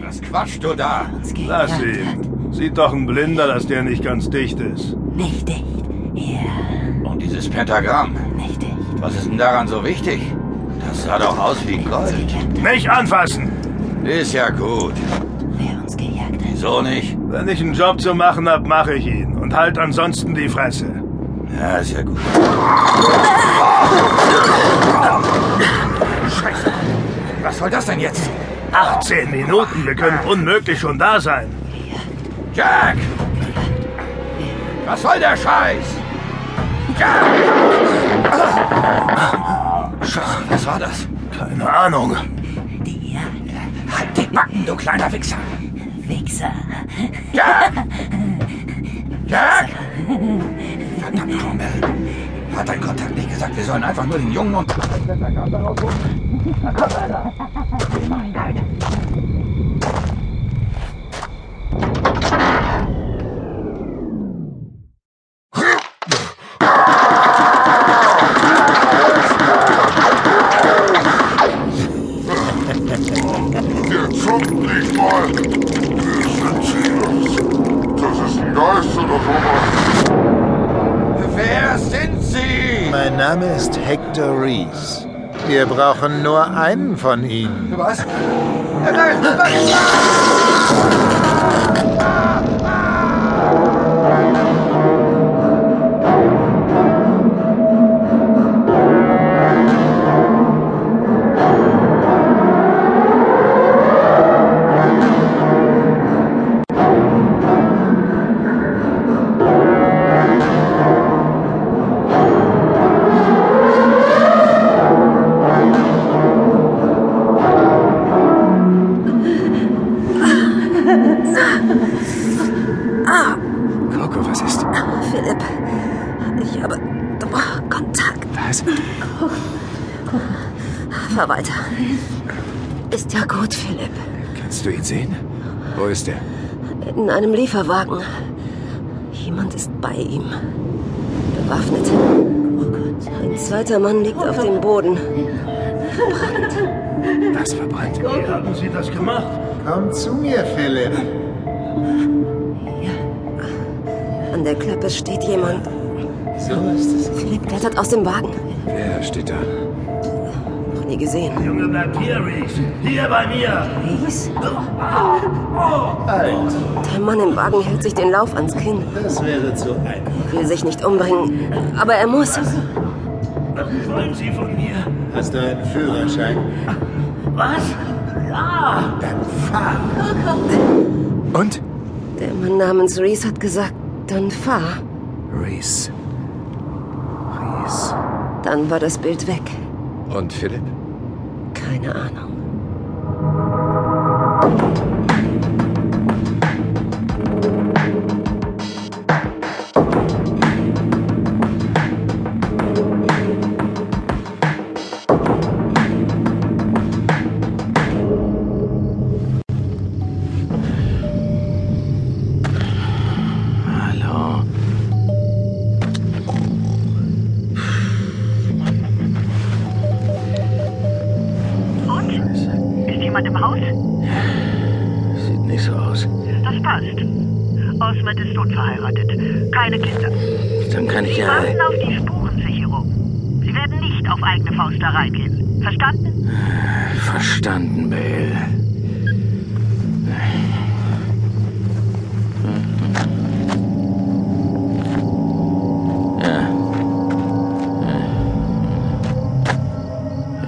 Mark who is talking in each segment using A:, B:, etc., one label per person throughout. A: Was quatschst du da?
B: uns
C: Lass
B: gejagt hat.
C: ihn. Sieht doch ein Blinder, dass der nicht ganz dicht ist.
B: Nicht dicht. Ja,
A: Und dieses Pentagramm.
B: nicht dicht.
A: Was ist denn daran so wichtig? Das sah doch aus wie
B: Uns
A: Gold.
B: gejagt hat.
C: Nicht anfassen!
A: Ist ja gut.
B: Wer uns gejagt hat.
A: Wieso nicht?
C: Wenn ich einen Job zu machen hab, mache ich ihn. Und halt ansonsten die Fresse.
A: Ja, ist ja gut.
C: Scheiße.
A: Was soll das denn jetzt?
C: 18 Minuten, wir können unmöglich schon da sein.
A: Jack! Was soll der Scheiß? Jack! Scheiße, was war das?
C: Keine Ahnung.
B: Die Jagd.
A: Halt die Backen, du kleiner Wichser!
B: Wichser.
A: Jack! Jack! Verdammt, Cromwell. Hat dein Kontakt nicht gesagt, wir sollen einfach nur den Jungen und...
D: Jetzt kommt nicht mal! Wir sind Zielers! Das ist ein Geist oder sowas!
A: Wer sind Sie?
E: Mein Name ist Hector Rees. Wir brauchen nur einen von Ihnen.
A: Was? Ja, da ist ein Wichser!
F: Coco, was ist?
G: Philipp, ich habe oh, Kontakt.
F: Was?
G: Fahr weiter. Ist ja gut, Philipp.
F: Kannst du ihn sehen? Wo ist er?
G: In einem Lieferwagen. Jemand ist bei ihm. Bewaffnet.
B: Oh
G: Ein zweiter Mann liegt auf dem Boden.
F: Das verbrannt.
C: Wie haben Sie das gemacht?
E: Komm zu mir, Philipp.
G: An der Klappe steht jemand.
F: So ist es.
G: Philipp klettert aus dem Wagen.
F: Wer steht da?
G: Noch nie gesehen.
C: Junge, bleib hier, Reese. Hier bei mir.
G: Ries?
E: Halt,
G: Der Mann im Wagen hält sich den Lauf ans Kinn.
E: das wäre zu einfach.
G: Er will sich nicht umbringen, aber er muss.
C: Was wollen Sie von mir?
E: Hast du einen Führerschein?
C: Was? Ja!
F: Und?
G: Der Mann namens Reese hat gesagt, dann fahr.
F: Reese. Reese.
G: Dann war das Bild weg.
F: Und Philipp?
G: Keine Ahnung.
F: Hallo.
H: Und? Ist jemand im Haus?
F: Sieht nicht so aus.
H: Das passt. Osmond ist unverheiratet. Keine Kinder.
F: Dann kann ich ja.
H: Achten auf die Spurensicherung. Sie werden nicht auf eigene Faust da reingehen. Verstanden?
F: Verstanden, Bale. Ja.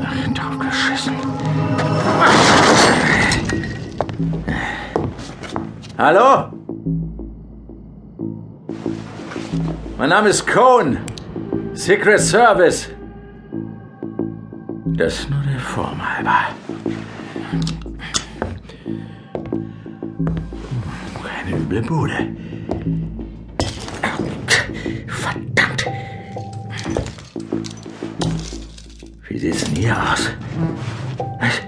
F: Ach, drauf geschissen. Hallo? Mein Name ist Cohn. Secret Service. Das nur der Form halber. Keine üble Bude. Verdammt! Wie sieht's denn hier aus? Was?